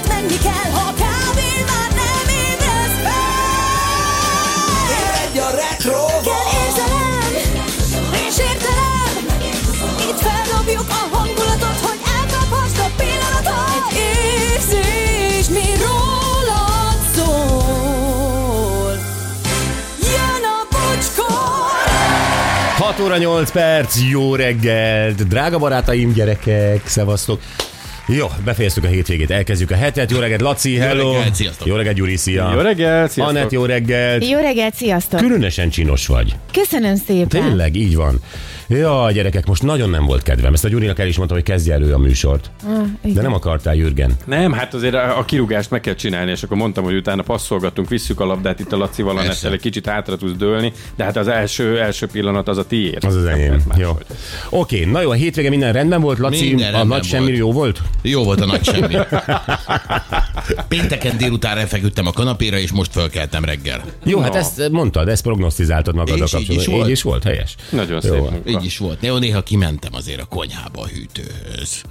el, ha kávén már nem ébredsz fel. Egy a retro! Kell érzelem, és értelem, itt feldobjuk a hangulatot, hogy elkaphast a pillanatot. Egy érzés, mi rólad szól. Jön a bocskor! 6 óra 8 perc, jó reggelt, drága barátaim, gyerekek, szevasztok. Jó, befejeztük a hétvégét, elkezdjük a hetet. Jó reggelt, Laci, hello. reggelt, sziasztok. Jó reggelt, Gyuri, szia. Jó reggelt, sziasztok. Anett, jó reggelt. Jó reggelt, sziasztok! Különösen csinos vagy. Köszönöm szépen! Tényleg, így van. Ja, gyerekek, most nagyon nem volt kedvem. Ezt a Gyurinak el is mondtam, hogy kezdje elő a műsort. De nem akartál, Jürgen. Nem, hát azért a a kirúgást meg kell csinálni, és akkor mondtam, hogy utána passzolgatunk, visszük a labdát itt a Lacival, a Persze. Nettel egy kicsit hátra tudsz dőlni, de hát az első, első pillanat az a tiéd. Az az Nem enyém. lehet máshogy. Jó. Oké, na jó, a hétvége minden rendben volt, Laci, Minden a rendben nagy semmi volt. jó volt? Jó volt a nagy semmi. Pénteken délután refeküdtem a kanapéra, és most fölkeltem reggel. Jó, hát ezt mondtad, ezt prognosztizáltad magaddal És így kapcsolatban. is volt. Így is volt, helyes. Nagyon Jó szép van. munka. Így is volt. Néha, néha kimentem azért a konyhába a hűtőhöz.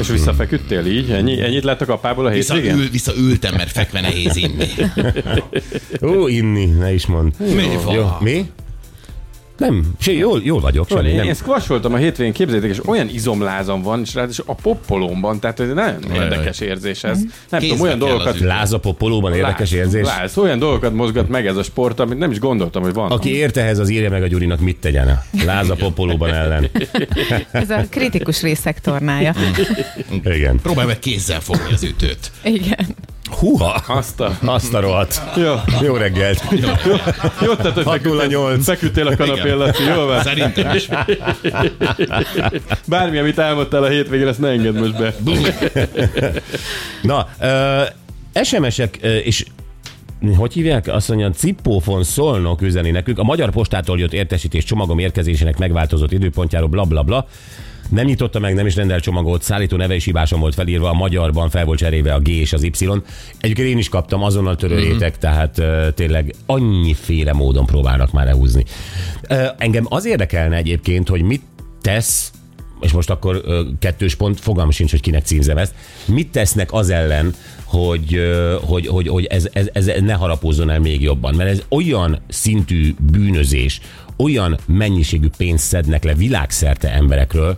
És visszafeküdtél így? Ennyi, ennyit láttak apából a Vissza, hétvégén? ül, visszaültem, mert fekve nehéz inni. Ó, inni, ne is mond. Mi van? Jó, mi? Nem, si, jól, jól vagyok, semmi, Én, én nem. squash voltam a hétvégén, képzeljétek, és olyan izomlázam van, és ráadásul a poppolomban, tehát ez nagyon érdekes érzés ez. Nem tudom, Kézbe olyan kell dolgokat... az ügy. Láz a popolóban, érdekes Láz, érzés. Láz, olyan dolgokat mozgat meg ez a sport, amit nem is gondoltam, hogy van. Aki ért ehhez, az írja meg a Gyurinak, mit tegyen a láz a popolóban ellen. Ez a kritikus részek tornája. Igen. Próbálj meg kézzel fogni az ütőt. Igen. Húha! Azt a... Azt a rohadt. Jó, Jó reggelt. jó tehát, hogy 608. Feküdtél a kanapén, Igen. Laci, jól e- van? Szerintem is. Bármi, amit álmodtál a hétvégén, ezt ne engedd most be. Na, ö, SMS-ek ö, és hogy hívják? Azt mondja, Cippófon Szolnok üzeni nekünk. A Magyar Postától jött értesítés csomagom érkezésének megváltozott időpontjáról, bla bla bla. Nem nyitotta meg, nem is rendel csomagot, szállító neve is hibásan volt felírva, a magyarban fel volt cserélve a G és az Y. Egyébként én is kaptam, azonnal törőjétek, mm-hmm. tehát ö, tényleg annyiféle módon próbálnak már elhúzni. Ö, engem az érdekelne egyébként, hogy mit tesz és most akkor ö, kettős pont, fogalm sincs, hogy kinek címzem ezt. Mit tesznek az ellen, hogy, ö, hogy, hogy, hogy ez, ez, ez ne harapózzon el még jobban? Mert ez olyan szintű bűnözés, olyan mennyiségű pénzt szednek le világszerte emberekről,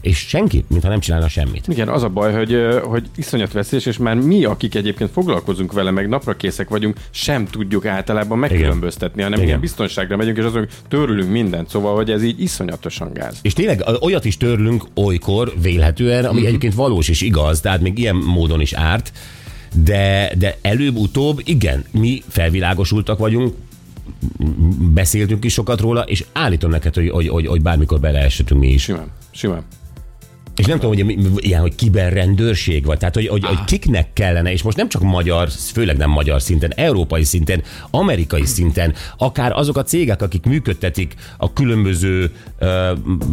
és senki, mintha nem csinálna semmit. Igen, az a baj, hogy, ö, hogy iszonyat veszélyes, és már mi, akik egyébként foglalkozunk vele, meg napra készek vagyunk, sem tudjuk általában megkülönböztetni, hanem Igen. Igen. ilyen biztonságra megyünk, és azon törülünk mindent, szóval, hogy ez így iszonyatosan gáz. És tényleg ö, olyat is törlünk olykor, vélhetően, ami egyébként valós és igaz, tehát még ilyen módon is árt, de, de előbb-utóbb, igen, mi felvilágosultak vagyunk, beszéltünk is sokat róla, és állítom neked, hogy, hogy, hogy, hogy bármikor beleeshetünk mi is. Simán, simán. És nem tudom, hogy mi- mi- ilyen, hogy kiberrendőrség vagy, tehát hogy, hogy, hogy kiknek kellene, és most nem csak magyar, főleg nem magyar szinten, európai szinten, amerikai szinten, akár azok a cégek, akik működtetik a különböző ö, m-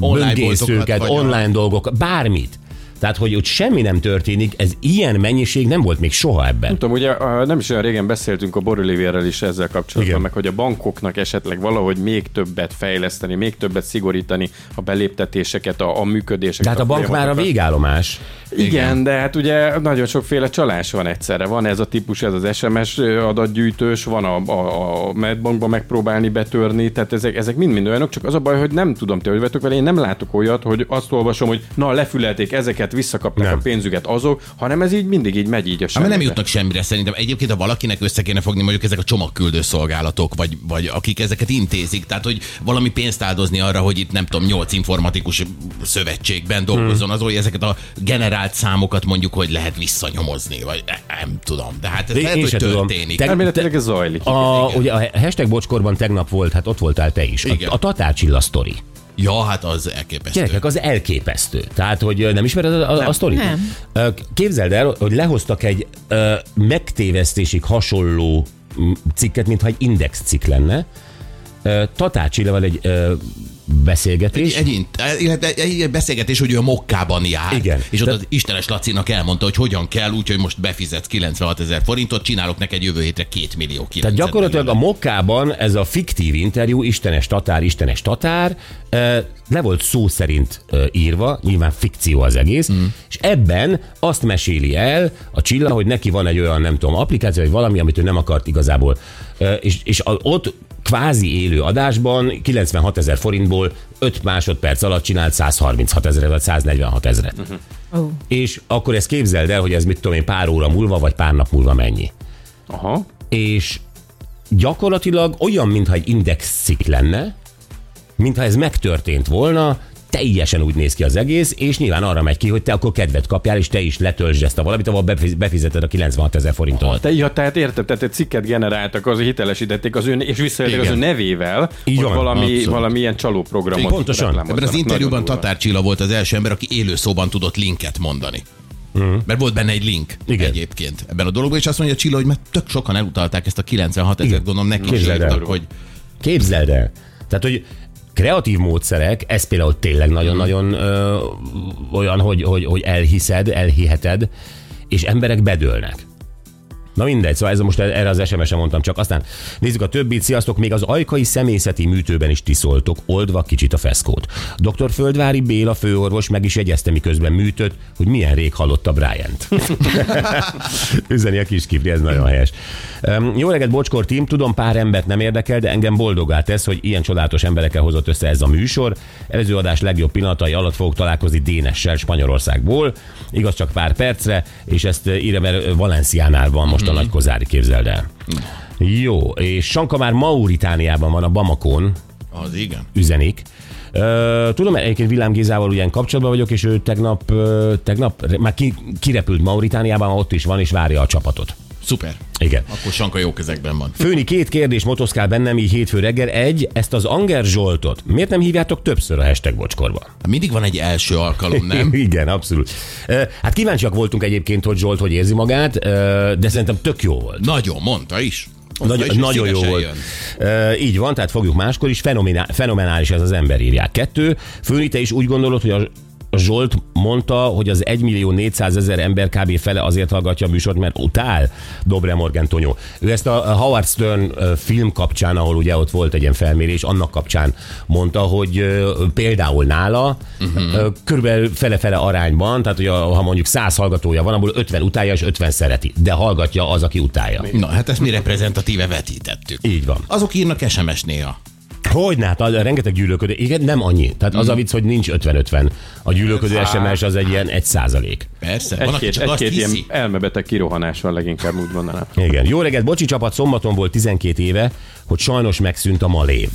Online böngészőket, boltokat vagy a- online dolgok, bármit. Tehát, hogy ott semmi nem történik, ez ilyen mennyiség nem volt még soha ebben. Nem tudom, ugye a- nem is olyan régen beszéltünk a Borulivérrel is ezzel kapcsolatban, Igen. Igen. meg hogy a bankoknak esetleg valahogy még többet fejleszteni, még többet szigorítani a beléptetéseket, a, a működéseket. Tehát hát a bank már a folyamatokat. végállomás. Igen, de hát ugye nagyon sokféle csalás van egyszerre. Van ez a típus, ez az SMS adatgyűjtős, van a, a, a medbankba megpróbálni betörni, tehát ezek, ezek mind-mind olyanok, csak az a baj, hogy nem tudom, te hogy vettek vele, én nem látok olyat, hogy azt olvasom, hogy na, lefülelték ezeket, visszakapták Nem. nem. a pénzüket azok, hanem ez így mindig így megy így a Hát, mert nem semmibe. jutnak semmire szerintem. Egyébként, ha valakinek össze kéne fogni, mondjuk ezek a csomagküldő szolgálatok, vagy, vagy akik ezeket intézik, tehát hogy valami pénzt áldozni arra, hogy itt nem tudom, nyolc informatikus szövetségben Hmm. dolgozzon az, hogy ezeket a generált számokat mondjuk, hogy lehet visszanyomozni, vagy e-, nem tudom. De hát ez Én- lehet, én hogy se tudom. történik. Te- Elméletileg ez zajlik. A, ugye a hashtag bocskorban tegnap volt, hát ott voltál te is. A, Igen. a Tatár Csilla sztori. Ja, hát az elképesztő. Gyerekek, az elképesztő. Tehát, hogy ö, nem ismered a, a, a sztorit? Nem. Ö, Képzeld el, hogy lehoztak egy ö, megtévesztésig hasonló m, cikket, mintha egy index cikk lenne. Ö, Tatács Illevel egy ö, beszélgetés. Egy, egy, illetve e, egy, egy beszélgetés, hogy ő a mokkában jár. Igen. És ott Te- az Istenes Lacinak elmondta, hogy hogyan kell, úgyhogy most befizetsz 96 ezer forintot, csinálok neked jövő hétre 2 millió Tehát gyakorlatilag a mokkában ez a fiktív interjú, Istenes Tatár, Istenes Tatár, eh, le volt szó szerint eh, írva, nyilván fikció az egész, mm. és ebben azt meséli el a Csilla, hogy neki van egy olyan, nem tudom, applikáció, vagy valami, amit ő nem akart igazából. Eh, És, és a- ott kvázi élő adásban 96 ezer forintból 5 másodperc alatt csinált 136 ezeret, vagy 146 ezeret. Mm-hmm Ó, és akkor ezt képzeld el, hogy ez mit tudom én pár óra múlva, vagy pár nap múlva mennyi. Aha. És gyakorlatilag olyan, mintha egy indexcikk lenne, mintha ez megtörtént volna, teljesen úgy néz ki az egész, és nyilván arra megy ki, hogy te akkor kedvet kapjál, és te is letöltsd ezt a valamit, ahol befiz- befizeted a 96 ezer forintot. Te, ja, tehát értem, tehát egy cikket generáltak, az hitelesítették az ön, és visszajöttek az Igen. ő nevével, Így hogy van, valami, abszolút. valami ilyen csalóprogramot Pontosan. reklámoznak. Ebben az interjúban Nagyon durva. Tatár Csilla volt az első ember, aki élőszóban tudott linket mondani. Mert volt benne egy link Mhm. Igen. Igen. egyébként ebben a dologban, és azt mondja Csilla, hogy már tök sokan elutalták ezt a 96 ezer, Igen. gondolom neki is Képzeld el. írtak, hogy Képzeld el! Tehát, hogy kreatív módszerek, ez például tényleg nagyon-nagyon ö, olyan, hogy, hogy, hogy elhiszed, elhiheted, és emberek bedőlnek. Na mindegy, szóval ez most erre az SMS-en mondtam csak. Aztán nézzük a többit. Sziasztok, még az ajkai szemészeti műtőben is tiszoltok, oldva kicsit a feszkót. Dr. Földvári Béla főorvos meg is jegyezte, miközben műtött, hogy milyen rég hallotta Bryant. Üzeni a kis kifli, ez nagyon helyes. Um, jó reggelt, Bocskor Tim, tudom pár embert nem érdekel, de engem boldogá tesz, hogy ilyen csodálatos emberekkel hozott össze ez a műsor. Előző adás legjobb pillanatai alatt fogok találkozni Dénessel Spanyolországból, igaz csak pár percre, és ezt eh, írja, mert eh, Valenciánál van most a nagy kozári, képzeld el. Jó, és Sanka már Mauritániában van a Bamakon, az igen. üzenik. Ö, Tudom, mert egyébként Villám Gézával ugyan kapcsolatban vagyok, és ő tegnap, ö, tegnap re- már ki, kirepült Mauritániában, ott is van, és várja a csapatot. Szuper. Igen. Akkor Sanka jó kezekben van. Főni, két kérdés motoszkál bennem így hétfő reggel. Egy, ezt az Anger Zsoltot miért nem hívjátok többször a hashtag bocskorba? Hát Mindig van egy első alkalom, nem? Igen, abszolút. Ö, Hát kíváncsiak voltunk egyébként, hogy Zsolt hogy érzi magát, ö, de szerintem tök jó volt. Nagyon, mondta is. Mondta Nagy, is, hogy nagyon jó szívesen volt. jön. E, így van, tehát fogjuk máskor is. Fenomenál, fenomenális ez az ember írják. Kettő, Főni, te is úgy gondolod, hogy a a Zsolt mondta, hogy az 1 millió 400 ezer ember kb. fele azért hallgatja a műsort, mert utál Dobre Morgan Tonyó. Ő ezt a Howard Stern ö, film kapcsán, ahol ugye ott volt egy ilyen felmérés, annak kapcsán mondta, hogy ö, például nála Mhm. uh-huh. körülbelül fele-fele arányban, tehát hogy a- ha mondjuk 100 hallgatója van, abból 50 utálja és 50 szereti, de hallgatja az, aki utálja. Na, hát ezt mi reprezentatíve vetítettük. Így van. Azok írnak SMS néha. Hogyne, hát az- rengeteg gyűlölködő, igen, nem annyi. Tehát az a vicc, hogy nincs 50-50. A gyűlölködő SMS az egy ilyen 1 százalék. Persze, van, aki Egy-két, csak azt egy-két ilyen hiszi. elmebeteg kirohanás van leginkább, úgy mondanám. Igen. Jó reggelt, Bocsi csapat, szombaton volt 12 éve, hogy sajnos megszűnt a malév.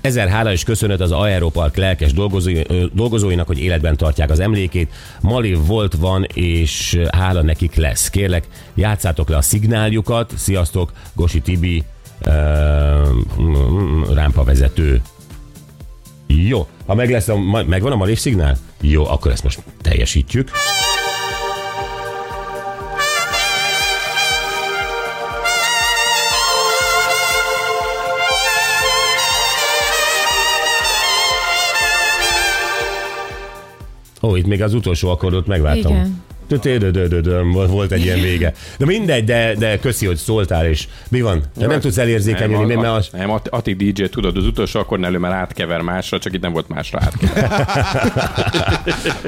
Ezer hála és köszönet az Aeropark lelkes dolgozói, ö, dolgozóinak, hogy életben tartják az emlékét. Malév volt, van, és hála nekik lesz. Kérlek, játszátok le a szignáljukat. Sziasztok, Gosi Tibi, ö, mm, mm, rámpa vezető. Jó, ha meg lesz a, ma- megvan a malév szignál? Jó, akkor ezt most teljesítjük. Ó, itt még az utolsó akkordot megvártam. Igen. Igen. Volt egy ilyen vége. De mindegy, de, de köszi, hogy szóltál, és mi van? Te nem tudsz elérzékenyülni, mert a- mert az... nem, Ati- Ati DJ, tudod, az utolsó akkor elő már átkever másra, csak itt nem volt másra átkever.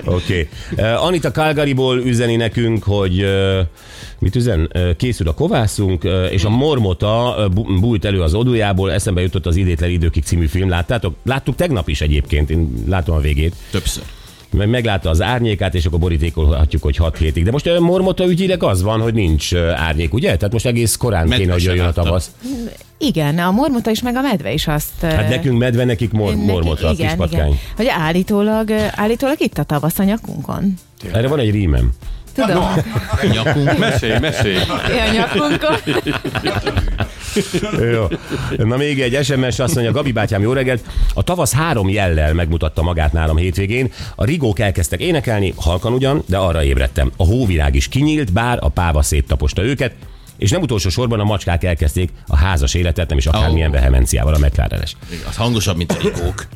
Oké. Okay. Uh, Anita Calgaryból üzeni nekünk, hogy uh, mit üzen? Uh, készül a kovászunk, uh, és a mormota uh, bu- bújt elő az odójából, eszembe jutott az Idétlen időkig című film, láttátok? Láttuk tegnap is egyébként, én látom a végét. Többször. Meg- Meglátta az árnyékát, és akkor borítékolhatjuk, hogy 6 hétig. De most uh, mormota ügyileg az van, hogy nincs uh, árnyék, ugye? Tehát most egész korán Medve kéne, hogy se jöjjön a láttam. tavasz. igen, a mormota is, meg a medve is azt... Hát nekünk medve, nekik mor- Nekik- mormota, a kis patkány. Hogy állítólag, ö, állítólag itt a tavasz a nyakunkon. Erre van egy rímem. Tudom, no. Nyakunk. Mesélj, mesélj! a nyakunkon. Jó. Na még egy SMS, azt mondja, Gabi bátyám, jó reggelt. A tavasz három jellel megmutatta magát nálam hétvégén. A rigók elkezdtek énekelni, halkan ugyan, de arra ébredtem. A hóvirág is kinyílt, bár a páva széttaposta őket, és nem utolsó sorban a macskák elkezdték a házas életet, nem is akármilyen Ó. vehemenciával a mclaren Az hangosabb, mint a rigók.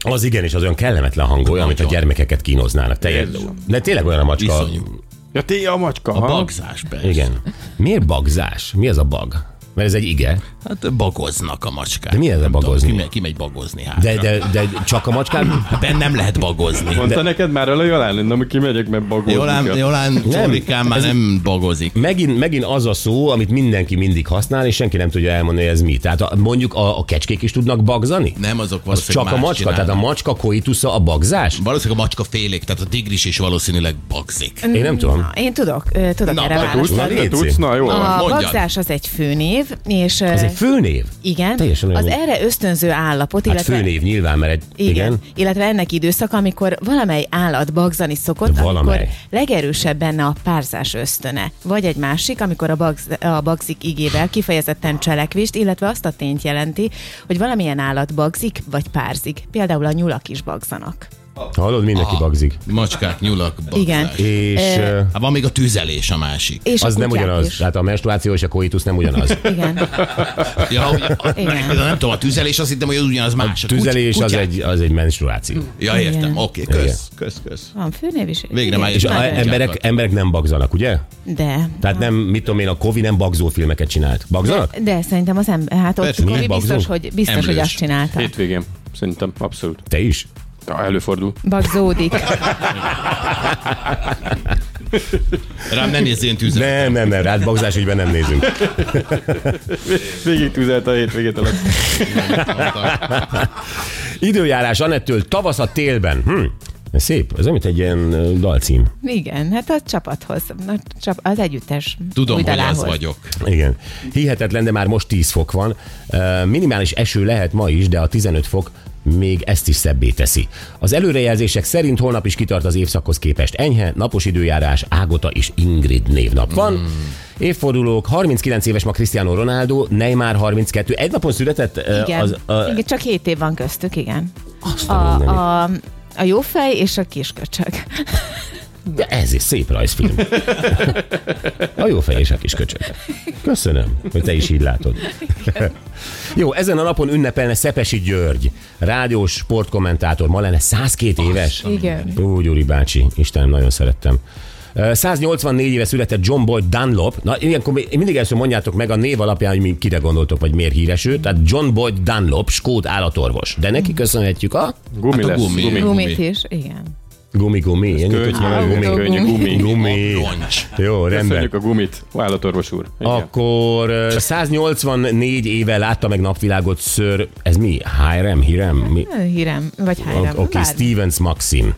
Az igen, és az olyan kellemetlen hang, olyan, mint a Nagyon. gyermekeket kínoznának. Teljes. Jézusom. De tényleg olyan a macska. Iszonyú. Ja, ti a macska, A ha? bagzás persze. Igen. Miért bagzás? Mi ez a bag? Mert ez egy ige. Hát bagoznak a macskák. De mi ez a Nem tudom, bagozni? Ki megy, ki megy bagozni hát. De, de, de csak a macskák? Ben nem lehet bagozni. Mondta neked már el a Jolán, nem kimegyek, mert bagolni Jolán, kell. Jolán Csorikán már Ez- nem bagozik. Megint, megint az a szó, amit mindenki mindig használ, és senki nem tudja elmondani, hogy ez mi. Tehát a, mondjuk a, a kecskék is tudnak bagzani? Nem azok Az valószínűleg csak a más macska? csinálnak. Tehát a macska koitusza a bagzás? Valószínűleg a macska félék, tehát a tigris is valószínűleg bagzik. Én nem tudom. Én tudok, ö, tudok Na, erre te tudsz, Tudsz, Na, na, válaszolni. te Hát, léci. tudsz, na jó. A Mondjad. bagzás az egy főnév, és ö, Ez egy főnév? igen, teljesen olyan az volt. erre ösztönző állapot, Hát illetve főnév nyilván, mert egy... Igen. Igen. Illetve ennek időszaka, amikor valamely állat bagzani szokott, De valamely. amikor legerősebb benne a párzás ösztöne. Vagy egy másik, amikor a, bagz, a bagzik igével kifejezetten cselekvést, illetve azt a tényt jelenti, hogy valamilyen állat bagzik, vagy párzik. Például a nyulak is bagzanak. Hallod, mindenki bagzik. Macskák, nyulak, bagzás. Igen. És... ö, Hát van még a tüzelés a másik. És a az nem kutyák ugyanaz. Is. Tehát a menstruáció és a koitus nem ugyanaz. Igen. Ja, a, Igen. nem tudom, a tüzelés azt hittem, hogy az ugyanaz más. A tüzelés az kutyák. egy, az egy menstruáció. Ja, értem, Igen. oké, Igen. kösz, kösz, kösz. Van főnév is. Végre már Igen. És Már a, nem emberek, gyakran. emberek nem bagzanak, ugye? De. Tehát nem, mit tudom én, a Kovi nem bagzó filmeket csinált. Bagzanak? De szerintem az ember, hát ott Persze, Kobi miért biztos, bagzol? hogy, biztos, hogy Emlős. azt csinálta. Hétvégén. Szerintem abszolút. Te is? Ja, előfordul. Bagzódik. Rám ne nézzél én tüzelés. Nem, nem, nem, rád bagzás ügyben nem nézünk. Végig tüzelt a hétvégét alatt. Időjárás Anettől tavasz a télben. Hm. Ez szép, ez amit egy ilyen ö, dalcím. Igen, hát a csapathoz, a csap, az együttes Tudom, új hogy dalához. az vagyok. Igen. Hihetetlen, de már most 10 fok van. Ö, Minimális eső lehet ma is, de a 15 fok még ezt is szebbé teszi. Az előrejelzések szerint holnap is kitart az évszakhoz képest enyhe, napos időjárás, Ágota és Ingrid névnap van. Mm. Évfordulók, 39 éves ma Cristiano Ronaldo, Neymar 32. Egy napon született ö, Igen. az... ö, igen, csak hét év van köztük, igen. azt A, a mindenit. a, a jó fej és a kisköcsög. De ez egy szép rajzfilm. A jó fej és a kis köcsög. Köszönöm, hogy te is így látod. Jó, ezen a napon ünnepelne Szepesi György, rádiós sportkommentátor, ma lenne 102 éves. Igen. Ú, Gyuri bácsi, Istenem, nagyon szerettem. Ö, 184 éve született John Boyd Dunlop. Na, ilyenkor mi- mindig először mondjátok meg a név alapján, hogy mi kire gondoltok, vagy miért híres ő. Tehát John Boyd Dunlop, skót állatorvos. De neki köszönhetjük a Gumi Hát a lesz. gumi. Gumi. Gumi. Gumit is, igen. gumi-gumi. Én nem Könnyű, tudtam, hogy gumi, gumi. könnyű, gumi. Gumi. Roncs. Jó, rendben. Köszönjük a gumit, Ó, állatorvos úr. Igen. Akkor ö, 184 éve látta meg napvilágot ször, ez mi? Hírem, hírem? Mi? Hírem, vagy Oké, hajram. okay, Stevens Maxim.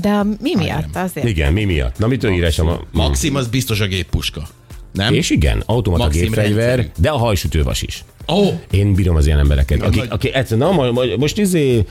De a mi miatt azért? Igen, mi miatt? Na, mitől híres a... ma- Maxim az biztos a géppuska. Nem? És igen, automata Maxim gépfegyver, rendszerű. de a hajsütővas is. Ó, oh, Én bírom az ilyen embereket, akik, nagy- akik egyszerűen, na, ma- ma- most izé,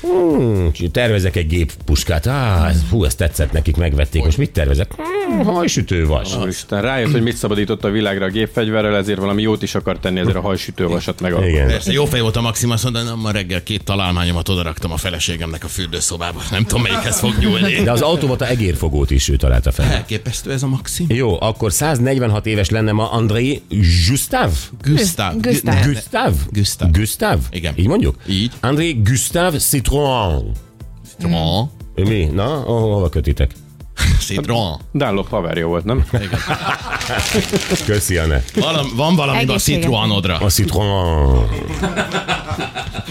hmm, tervezek egy géppuskát, ah, ez, hú, ez tetszett nekik, megvették, most mit tervezek? Hmm, hajsütővas. Úristen, rájött, hogy mit szabadított a világra a gépfegyverrel, ezért valami jót is akar tenni, ezért a hajsütővasat meg a... Igen. persze jó fej volt a Maxim, azt mondta, nem ma reggel két találmányomat odaraktam a feleségemnek a fürdőszobába. Nem tudom, melyikhez fog nyúlni. De az automata egérfogót is ő találta fel. Elképesztő ez a Maxim. Jó, akkor 146 éves lenne ma Andrei Gustav. Gustav. Gustav. Ne, ne. Gustav? Gustav. Gustav? Igen. Így mondjuk? Így. André Gustav Citroën. Citroën. Ő Mi? Na, ho- hova kötitek? Citroën. Dunlop haverja volt, nem? Köszi, Anne. Valam, van valami a Egészséges. Citroënodra. A Citroën.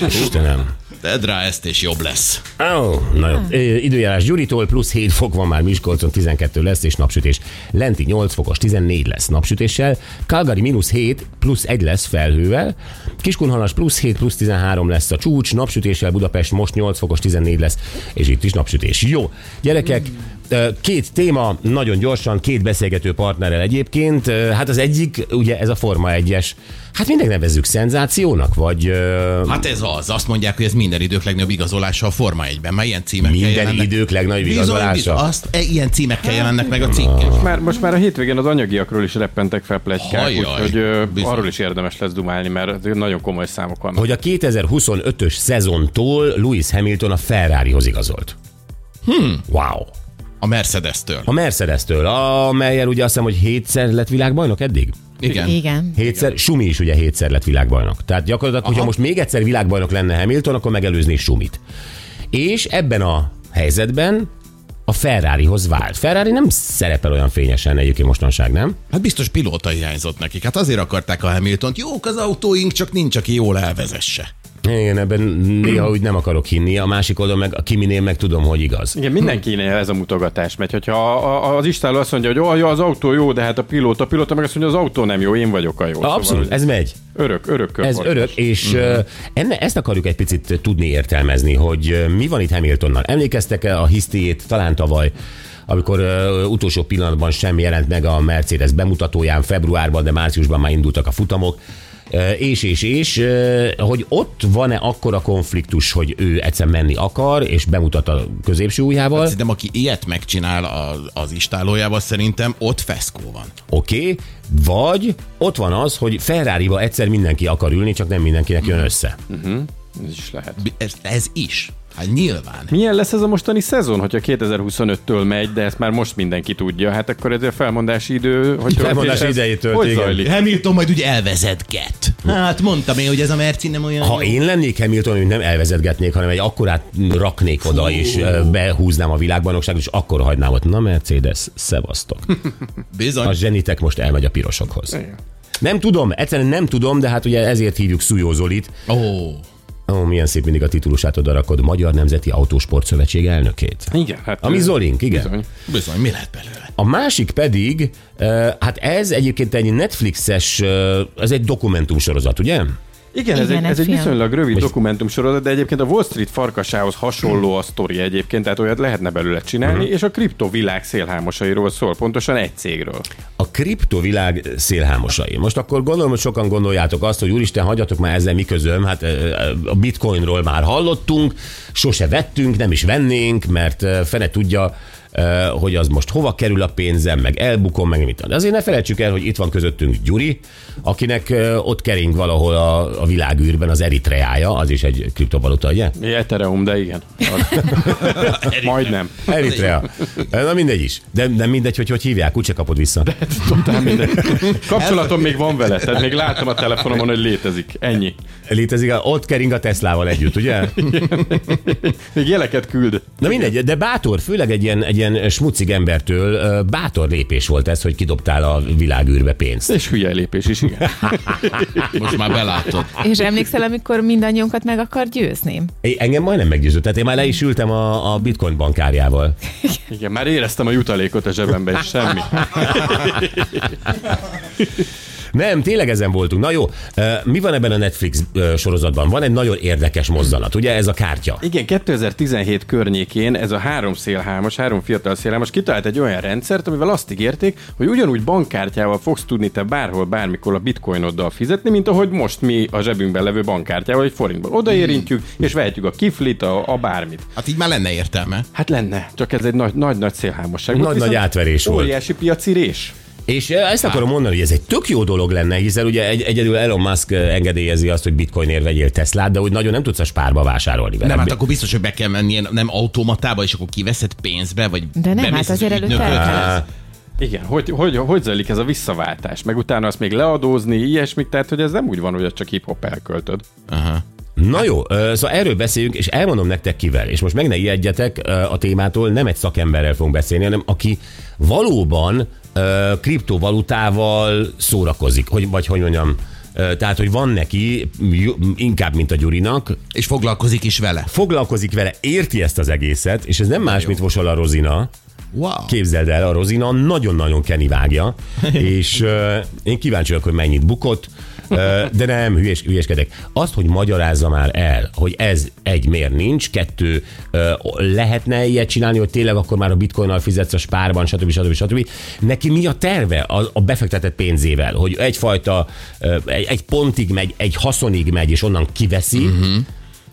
Istenem. Tedd rá ezt, és jobb lesz. Oh, na jó. Ö, Időjárás Gyuritól, plusz 7 fok van már Miskolcon, 12 lesz, és napsütés. Lenti 8 fokos, 14 lesz napsütéssel. Calgary mínusz 7, plusz 1 lesz felhővel. Kiskunhalas plusz 7, plusz 13 lesz a csúcs, napsütéssel Budapest most 8 fokos, 14 lesz, és itt is napsütés. Jó, gyerekek, ö, két téma, nagyon gyorsan, két beszélgető partnerrel egyébként. Ö, Hát az egyik, ugye ez a Forma 1-es. Hát mindegy nevezzük szenzációnak, vagy ö, Hát ez az. Azt mondják, hogy ez minden idők legnagyobb igazolása a Forma 1-ben. Már ilyen címekkel minden jelennek. idők legnagyobb Bizony, bizony. igazolása. Azt, e, ilyen címekkel jelennek meg a cikkek. Már, most már a hétvégén az anyagiakról is reppentek fel plegykák, Hajjaj, úgyhogy ö, bizony. arról is érdemes lesz dumálni, mert azért nagyon komoly számok vannak. hogy a 2025-ös szezontól Lewis Hamilton a Ferrarihoz igazolt. Hmm. Wow. A Mercedes-től. A Mercedes-től, amelyel ugye azt hiszem, hogy hétszer lett világbajnok eddig? Igen. Igen. Hétszer, Sumi is ugye hétszer lett világbajnok. Tehát gyakorlatilag, Aha. hogyha most még egyszer világbajnok lenne Hamilton, akkor megelőzné Sumit. És ebben a helyzetben a Ferrarihoz vált. Ferrari nem szerepel olyan fényesen egyébként mostanság, nem? Hát biztos pilóta hiányzott nekik. Hát azért akarták a Hamiltont. Jók az autóink, csak nincs, aki jól elvezesse. Igen, ebben néha úgy nem akarok hinni. A másik oldalon meg a Kiminél meg tudom, hogy igaz. Igen, mindenkinél ez a mutogatás megy. Hogyha a- a- az Istálló azt mondja, hogy oh, ja, az autó jó, de hát a pilóta, a pilóta meg azt mondja, az autó nem jó, én vagyok a jó. Abszolút, Szóval, ez megy. örök, örök Ez körforgás. örök, és mm. enne, ezt akarjuk egy picit tudni értelmezni, hogy ö, mi van itt Hamiltonnal. Emlékeztek -e a hisztiét talán tavaly, amikor ö, utolsó pillanatban sem jelent meg a Mercedes bemutatóján februárban, de márciusban már indultak a futamok, Ö, és, és, és, ö, hogy ott van-e akkora konfliktus, hogy ő egyszer menni akar, és bemutat a középső ujjával. Szerintem, aki ilyet megcsinál az, az istálójával, szerintem ott feszkó van. oké, okay. vagy ott van az, hogy Ferrari-ba egyszer mindenki akar ülni, csak nem mindenkinek jön össze. Ez is lehet. B- Ez, ez is. Hát nyilván. Milyen lesz ez a mostani szezon, hogyha 2025-től megy, de ezt már most mindenki tudja, hát akkor ez a felmondási idő, hogy Felmondási történt ez, idejét tölt, hogy igen. Hát, zajlik? Hamilton majd úgy elvezetget. Hát mondtam én, hogy ez a Merci nem olyan Ha jó. én lennék Hamilton, hogy nem elvezetgetnék, hanem egy akkorát raknék oda, és ö, behúznám a világbajnokságot, és akkor hagynám ott. Na Mercedes, szevasztok. A Bizony. zsenitek most elmegy a pirosokhoz. Nem tudom, egyszerűen nem tudom, de hát ugye ezért hívjuk Szújó Zolit. Ó, oh, Ó, milyen szép mindig a titulusát odarakod, Magyar Nemzeti Autósport Szövetség elnökét. Igen, hát Ami Zolink, igen. bizony. bizony, mi lett belőle? A másik pedig, ö, hát ez egyébként egy Netflixes, ö, ez egy dokumentumsorozat, ugye? Igen, ez, Igen, egy, egy ez egy film. viszonylag rövid Most... dokumentumsorozat, de egyébként a Wall Street farkasához hasonló a sztori egyébként, tehát olyat lehetne belőle csinálni, Mhm. és a kriptovilág szélhámosairól szól, pontosan egy cégről. A kriptovilág szélhámosai. Most akkor gondolom, hogy sokan gondoljátok azt, hogy úristen, hagyjatok már ezzel mi közöm, hát ö, ö, a bitcoinról már hallottunk, sose vettünk, nem is vennénk, mert ö, fene tudja, ö, hogy az most hova kerül a pénzem, meg elbukom, meg mit. tudom. De azért ne felejtsük el, hogy itt van közöttünk Gyuri, akinek ö, ott kering valahol a, a világűrben az eritreája, az is egy kriptovaluta, ugye? Mi Ethereum, de igen. Majdnem. Eritrea. Na mindegy is. De, de mindegy, hogy hogy hívják, úgyse kapod vissza. Totál mindegy. Kapcsolatom még van vele, tehát még látom a telefonomon, hogy létezik. Ennyi. Létezik, ott kering a Teslával együtt, ugye? Még jeleket küld. Na mindegy, de bátor, főleg egy ilyen, egy ilyen smucig embertől ö, bátor lépés volt ez, hogy kidobtál a világűrbe pénzt. És hülye lépés is, igen. Most már belátod. És emlékszel, amikor mindannyiunkat meg akar győzni? É, engem majdnem meggyőzött, tehát én már le is ültem a, a bitcoin bankárjával. Igen, már éreztem a jutalékot a zsebemben, és semmi. Nem, tényleg ezen voltunk. Na jó, ö, mi van ebben a Netflix ö, sorozatban? Van egy nagyon érdekes mozzanat, ugye ez a kártya. Igen, 2017 környékén ez a három szélhámos, három fiatal szélhámos kitalált egy olyan rendszert, amivel azt ígérték, hogy ugyanúgy bankkártyával fogsz tudni te bárhol, bármikor a bitcoinoddal fizetni, mint ahogy most mi a zsebünkben levő bankkártyával, egy forintból odaérintjük, és vehetjük a kiflit, a, a bármit. Hát így már lenne értelme. Hát lenne, csak ez egy nagy- nagy-nagy szélhámosság. volt, Nagy-nagy viszont átverés volt. Óriási piaci rés. És ö, ezt akarom mondani, hogy ez egy tök jó dolog lenne, hiszen ugye egy, egyedül Elon Musk ö, engedélyezi azt, hogy bitcoinért vegyél Teslát, de úgy nagyon nem tudsz a spárba vásárolni vele. Nem, hát akkor biztos, hogy be kell menni ilyen- nem automatába, és akkor kiveszed pénzbe, vagy De nem, bemész hát azért az előtte ügynökhöz. el kell. Igen, hogy, hogy, hogy zajlik ez a visszaváltás, meg utána azt még leadózni, ilyesmik, tehát hogy ez nem úgy van, hogy azt csak hip-hop elköltöd. Na jó, ö, szóval erről beszéljünk, és elmondom nektek kivel. És most meg ne ijedjetek ö, a témától, nem egy szakemberrel fogunk beszélni, hanem aki valóban ö, kriptovalutával szórakozik, hogy, vagy hogy mondjam, ö, tehát, hogy van neki, jó- inkább, mint a Gyurinak, És foglalkozik is vele. foglalkozik vele, érti ezt az egészet, és ez nem más, mint Vosala Rozina, Wow. Képzeld el, a Rozina nagyon-nagyon Kenny vágja, és uh, én kíváncsi vagyok, hogy mennyit bukott, uh, de nem, hülyes, hülyeskedek. Azt, hogy magyarázza már el, hogy ez egy, miért nincs, kettő, uh, lehetne ilyet csinálni, hogy tényleg akkor már a bitcoinnal fizetsz a spárban, stb. stb. stb. Neki mi a terve a, a befektetett pénzével, hogy egyfajta, uh, egy, egy pontig megy, egy haszonig megy, és onnan kiveszi, uh-huh.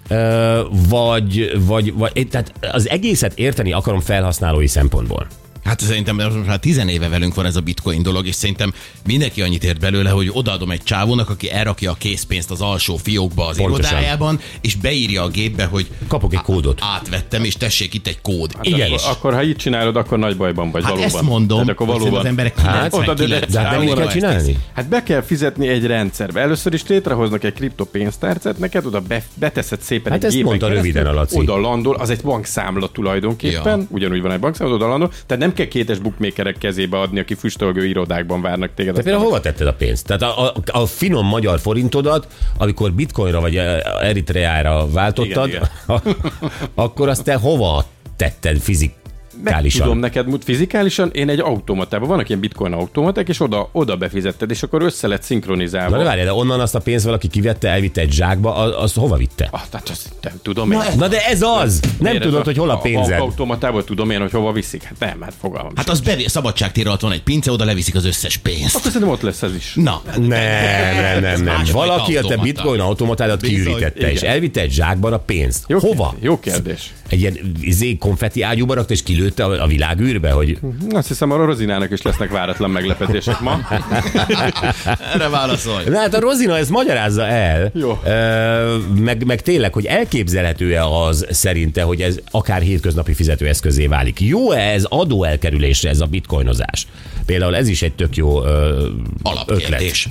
Ö, vagy, vagy, vagy, tehát az egészet érteni akarom felhasználói szempontból. Hát szerintem most már 10 éve velünk van ez a bitcoin dolog, és szerintem mindenki annyit ért belőle, hogy odaadom egy csávónak, aki elrakja a készpénzt az alsó fiókba az Pontosan. irodájában, és beírja a gépbe, hogy Kapok egy kódot. átvettem, és tessék, itt egy kód. Hát Igen. Hát És, Ak- hát Akkor, ha így csinálod, akkor nagy bajban vagy valóban. ezt mondom, Tehát akkor hogy szerintem valóban. az emberek Hát, 99 De hát nem így kell ezt csinálni? teszik. Hát be kell fizetni egy rendszerbe. Először is létrehoznak egy kriptopénztárcát, neked oda be, beteszed szépen Hát egy ezt gépen mondta keresztül, röviden a Laci. Oda landol, az egy bankszámla tulajdonképpen, Ja. ja. ugyanúgy van egy bankszámla, oda landol, tehát nem kell kétes bookmakerek kezébe adni, aki füstölgő irodákban várnak téged. Te például hova tetted a pénzt? Tehát a, a, a finom magyar forintodat, amikor bitcoinra vagy eh, Eritreára váltottad, igen, Igen, igen. akkor azt te hova tetted Meg tudom fizikálisan? neked mut fizikálisan, én egy automatában, vannak ilyen bitcoin automaták, és oda, oda befizetted, és akkor össze lett szinkronizálva. Na de várjál, de onnan azt a pénzt valaki kivette, elvitte egy zsákba, a- azt hova vitte? ah, tehát azt, te, tudom én. Na de ez az! Nem Miért ez tudod, hogy hol a pénzed. A, automatából tudom én, hogy hova viszik. Hát nem, hát fogalmam. Hát, Hát az bevé, szabadságtér alatt van egy pince, oda leviszik az összes pénzt. Hát akkor szerintem ott lesz ez is. Na, Nem, nem, nem, nem. Másfajta Valaki a te automata. bitcoin automatádat Bizony, kiürítette, és igen. elvitte egy zsákban a pénzt. Jó Hova? Kérdés, jó kérdés. Egy ilyen izé, konfetti ágyúba rakta, és kilőtte a a világűrbe, hogy Azt hiszem, a Rozinának is lesznek váratlan meglepetések ma. erre válaszolj. Na hát a Rozina ezt magyarázza el, Jó. Ö, meg, meg tényleg, hogy elképzelhető-e az szerinte, hogy ez akár hétköznapi fizetőeszközé válik. Jó-e ez adóelkerülésre, ez a bitcoinozás? Például ez is egy tök jó ö, ötlet. Alapkérdés.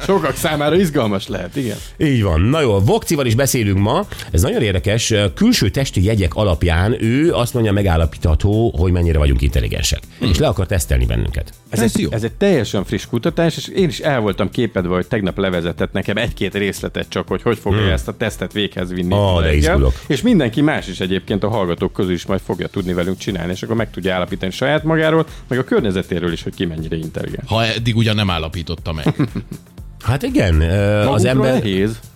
Sokak számára izgalmas lehet, igen. Így van. Na jó, Vokcival is beszélünk ma. Ez nagyon érdekes. Külső testi jegyek alapján ő azt mondja megállapítható, hogy mennyire vagyunk intelligensek. Hmm. És le akar tesztelni bennünket. Ez, Ez egy, jó. ez egy teljesen friss kutatás, és én is el voltam képedve, hogy tegnap levezetett nekem egy-két részletet csak, hogy hogy fogja hmm. ezt a tesztet véghez vinni. Ó, ma de reggel. izgulok. És mindenki más is egyébként a hallgatók közül is majd fogja tudni velünk csinálni, és akkor meg tudja állapítani saját magáról, meg a környezetéről is, hogy ki mennyire intelligens. Ha eddig ugyan nem állapította meg. Hát igen, ö, az Magunkról ember... Nehéz. Hát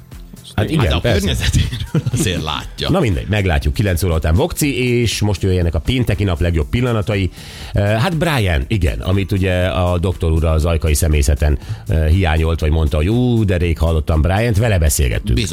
Hát a igen, persze. környezetéről azért látja. Na mindegy, meglátjuk 9 óra után Vokci, és most jöjjenek a pénteki nap legjobb pillanatai. Eh, Hát Brian, igen, amit ugye a doktor úr az ajkai személyzeten eh, hiányolt, vagy mondta, hogy ú, de rég hallottam Brian-t, vele beszélgettünk. Bizony.